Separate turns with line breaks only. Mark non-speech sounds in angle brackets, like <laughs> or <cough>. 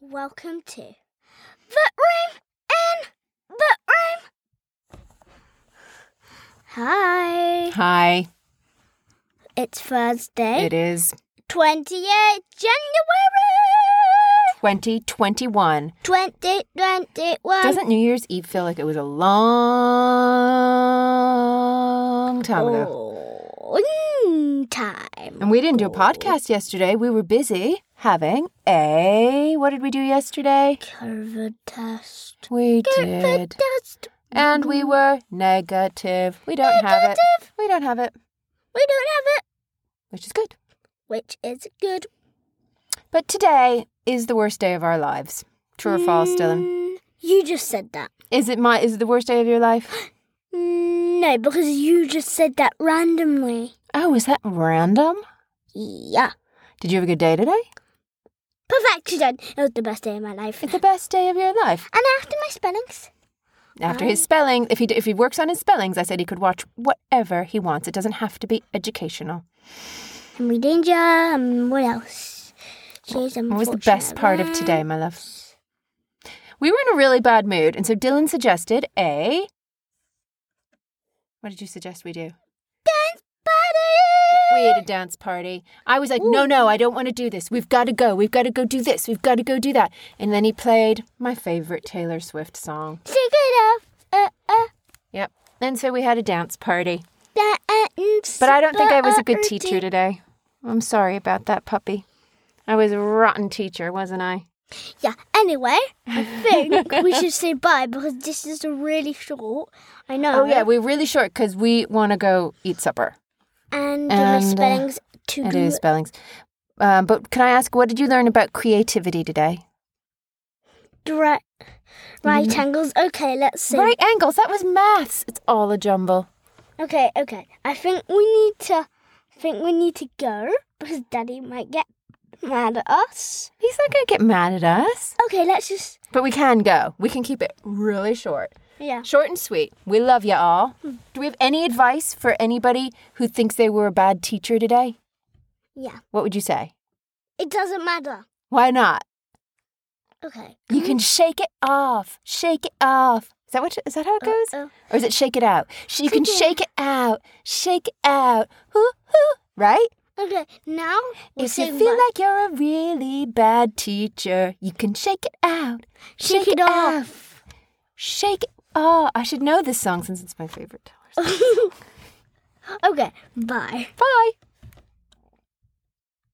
Welcome to the room in the room. Hi.
Hi,
It's Thursday,
it is
28th January
2021.
2021.
Doesn't New Year's Eve feel like it was a long time ago?
Long time.
And we didn't do a podcast yesterday. We were busy having a. What did we do yesterday?
COVID test.
We
COVID
did.
test.
And we were negative. We don't have it. We don't have it,
We don't have it,
which is good.
which is good.
But today is the worst day of our lives. True or false, Dylan?
Mm, You just said that.
Is it my? Is it the worst day of your life?
Mm, No, because you just said that randomly.
<gasps> Oh, is that random?
Yeah.
Did you have a good day today?
Perfection. It was the best day of my life.
It's the best day of your life.
And after my spellings,
After his spelling, if he if he works on his spellings, I said he could watch whatever he wants. It doesn't have to be educational.
I'm reading Danger. Um, what else? She's
What was the best part of today, my love? We were in a really bad mood, and so Dylan suggested a. What did you suggest we do? We had a dance party. I was like, no, no, I don't want to do this. We've got to go. We've got to go do this. We've got to go do that. And then he played my favorite Taylor Swift song.
Secret of uh, uh,
Yep. And so we had a dance party.
that ends.
But I don't think I was a good teacher today. I'm sorry about that puppy. I was a rotten teacher, wasn't I?
Yeah. Anyway, I think we should say bye because this is really short. I know.
Oh yeah, we're really short because we want to go eat supper
And, my
And, uh,
spellings to
and do spellings. Um, but can I ask, what did you learn about creativity today?
right, right angles. Okay, let's see.
Mm-hmm. Right angles. That was maths. It's all a jumble.
Okay, okay. I think we need to. I think we need to go because Daddy might get mad at us.
He's not gonna get mad at us,
Okay, let's just.
but we can go. We can keep it really short.
Yeah.
Short and sweet. We love you all. Do we have any advice for anybody who thinks they were a bad teacher today?
Yeah.
What would you say?
It doesn't matter.
Why not?
Okay.
You can shake it off. Shake it off. Is that what? Is that how it goes?
Uh-oh.
Or is it shake it out? Sh- You can
Shake it
shake it out. Shake it out. Hoo hoo. Right?
uh, Okay, now. we'll
if you
say
feel
one.
like you're a really bad teacher, you can shake it out.
Shake it off.
Shake it off.
<laughs>
I should know this song since it's my favorite. Taylor Swift.
okay, bye.
Bye.